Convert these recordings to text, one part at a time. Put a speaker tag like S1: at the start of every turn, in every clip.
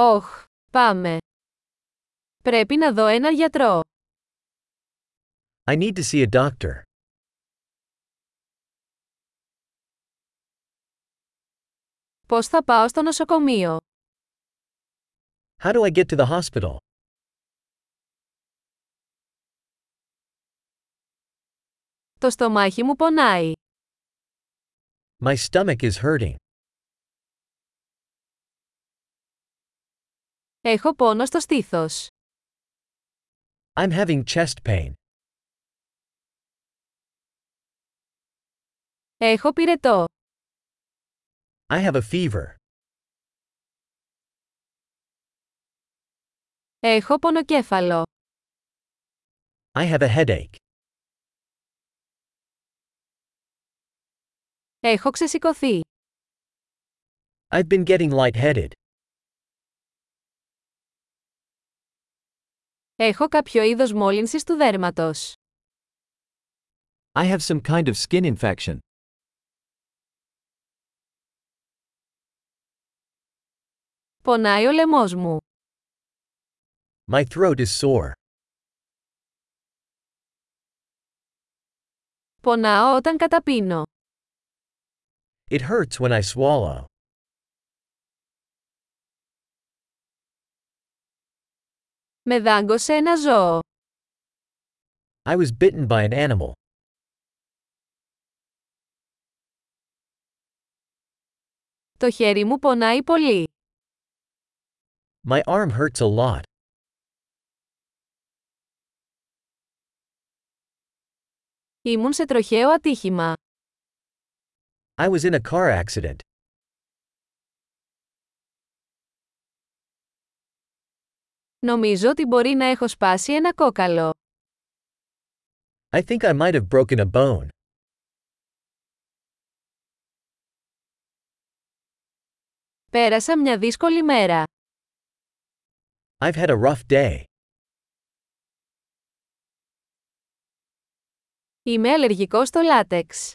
S1: Όχ, πάμε. Πρέπει να δω έναν γιατρό.
S2: I need to see a doctor.
S1: Πώς θα πάω στο νοσοκομείο.
S2: How do I get to the hospital?
S1: Το στομάχι μου πονάει.
S2: My stomach is hurting.
S1: Έχω πόνο στο στήθος.
S2: I'm having chest pain.
S1: Έχω πυρετό.
S2: I have a fever.
S1: Έχω πονοκέφαλο.
S2: I have a headache.
S1: Έχω ξεσηκωθεί.
S2: I've been getting lightheaded.
S1: Έχω κάποιο είδος μόλυνσης του δέρματος.
S2: I have some kind of skin infection.
S1: Πονάει ο λαιμός μου.
S2: My throat is sore.
S1: Πονάω όταν καταπίνω.
S2: It hurts when I swallow.
S1: Με δάγκωσε ένα ζώο.
S2: I was bitten by an animal.
S1: Το χέρι μου πονάει πολύ.
S2: My arm hurts a lot.
S1: Ήμουν σε τροχαίο ατύχημα.
S2: I was in a car accident.
S1: Νομίζω ότι μπορεί να έχω σπάσει ένα κόκαλο.
S2: I think I might have broken a bone.
S1: Πέρασα μια δύσκολη μέρα.
S2: I've had a rough day.
S1: Είμαι αλλεργικός στο λάτεξ.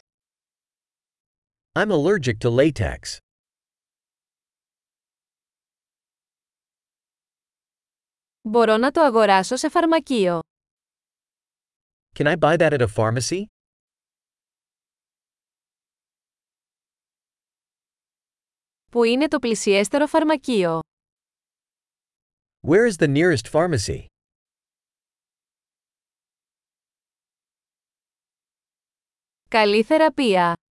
S2: I'm allergic to latex.
S1: Μπορώ να το αγοράσω σε φαρμακείο.
S2: Can I buy that at a pharmacy?
S1: Πού είναι το πλησιέστερο φαρμακείο.
S2: Where is the nearest pharmacy?
S1: Καλή θεραπεία.